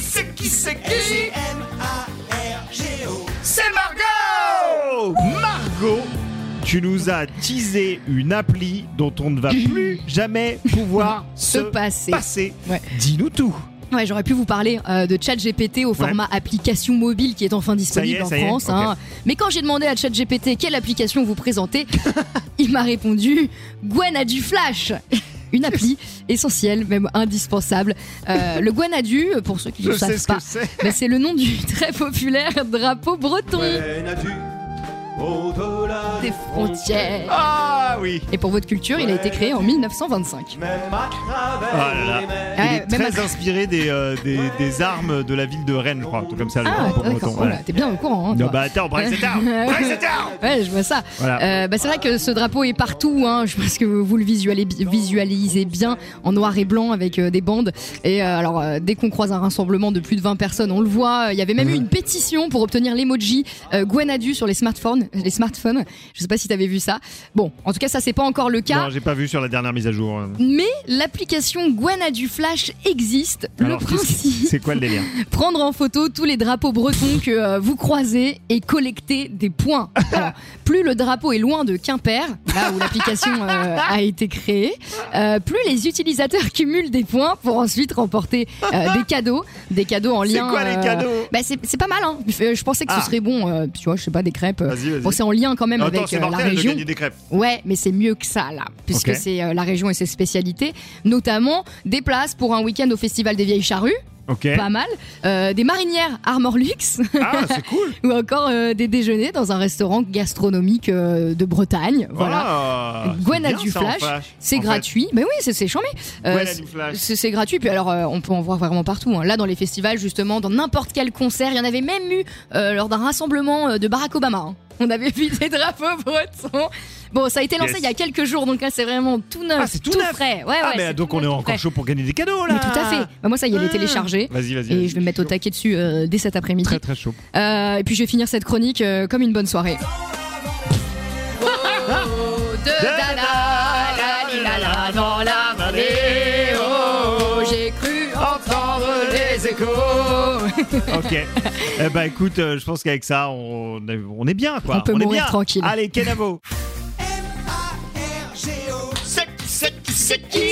c'est qui M-A-R-G-O. C'est Margot Margot, tu nous as teasé une appli dont on ne va plus jamais pouvoir se, Se passer. Ouais. Dis-nous tout. Ouais, j'aurais pu vous parler euh, de ChatGPT au format application mobile qui est enfin disponible Ça y est, ça en y est, France. ok. hein. Mais quand j'ai demandé à ChatGPT quelle application vous présentez, il m'a répondu Gwen a du flash Une appli essentielle, même indispensable. Euh, le Gwen a du, pour ceux qui ne Je le sais savent ce que pas, c'est. bah, c'est le nom du très populaire drapeau breton au-delà des frontières. Ah oui. Et pour votre culture, il a été créé en 1925. Même à travers Ah là là. les mers. Il Ouais, est même très à- inspiré des, euh, des, des armes de la ville de Rennes, je crois, un truc comme ça. le Ah, drapeau breton, d'accord, oh voilà. là, t'es bien au courant. hein, Non, toi. bah attends, Bryce c'est tard Bryce c'est tard Ouais, je vois ça. Voilà. Euh, bah, c'est vrai que ce drapeau est partout. Hein. Je pense que vous le visuali- visualisez bien en noir et blanc avec euh, des bandes. Et euh, alors, euh, dès qu'on croise un rassemblement de plus de 20 personnes, on le voit. Il y avait même eu une pétition pour obtenir l'emoji euh, Gwenadu sur les smartphones. Les smartphones. Je sais pas si t'avais vu ça. Bon, en tout cas, ça c'est pas encore le cas. Non, j'ai pas vu sur la dernière mise à jour. hein. mais l'application Gwenadu Flash existe. Alors, le qu'est-ce qui- principe, C'est quoi le délire prendre en photo tous les drapeaux bretons que euh, vous croisez et collecter des points. Alors, plus le drapeau est loin de Quimper, là où l'application euh, a été créée, euh, plus les utilisateurs cumulent des points pour ensuite remporter euh, des cadeaux, des cadeaux en C'est lien. quoi les cadeaux bah, c'est, c'est pas mal, hein. Je je pensais que Ah. ce serait bon, euh, tu vois, je sais pas, des crêpes. euh, Vas-y, vas-y. bon, c'est en lien quand même Attends, avec c'est euh, la mortel de région. gagner des crêpes. Ouais, mais c'est mieux que ça, là, puisque Ok. c'est euh, la région et ses spécialités, notamment des places pour un week-end au Festival des Vieilles Charrues, Ok. pas mal. Euh, des marinières Armor Luxe Ah, c'est cool ou encore euh, des déjeuners dans un restaurant gastronomique euh, de Bretagne. Voilà. Voilà. Gwen a C'est du bien, ça, en flash, c'est en fait. gratuit. Mais oui, c'est- c'est charmé. Euh, Gwen a c'est- du flash. c'est c'est gratuit, puis alors euh, on peut en voir vraiment partout. hein. Là, dans les festivals, justement, dans n'importe quel concert, il y en avait même eu euh, lors d'un rassemblement euh, de Barack Obama. hein. On avait vu des drapeaux bretons. Bon, ça a été lancé Yes. il y a quelques jours, donc là, c'est vraiment tout neuf, Ah, c'est tout neuf. frais. Ouais, Ah, ouais, mais c'est donc tout on est neuf, tout encore frais. chaud pour gagner des cadeaux là Mais tout à fait. Bah, moi, ça y est, il est Ah. téléchargé. Vas-y, vas-y. Et vas-y. je vais me mettre au taquet dessus euh, dès cet après-midi. Très très chaud. Euh, et puis je vais finir cette chronique euh, comme une bonne soirée. Oh, j'ai cru entendre les échos. Ok. eh ben écoute, euh, je pense qu'avec ça, on, on est bien quoi. On peut est mourir bien. tranquille. Allez, Kenavo M-A-R-G-O. C'est qui, c'est qui, c'est qui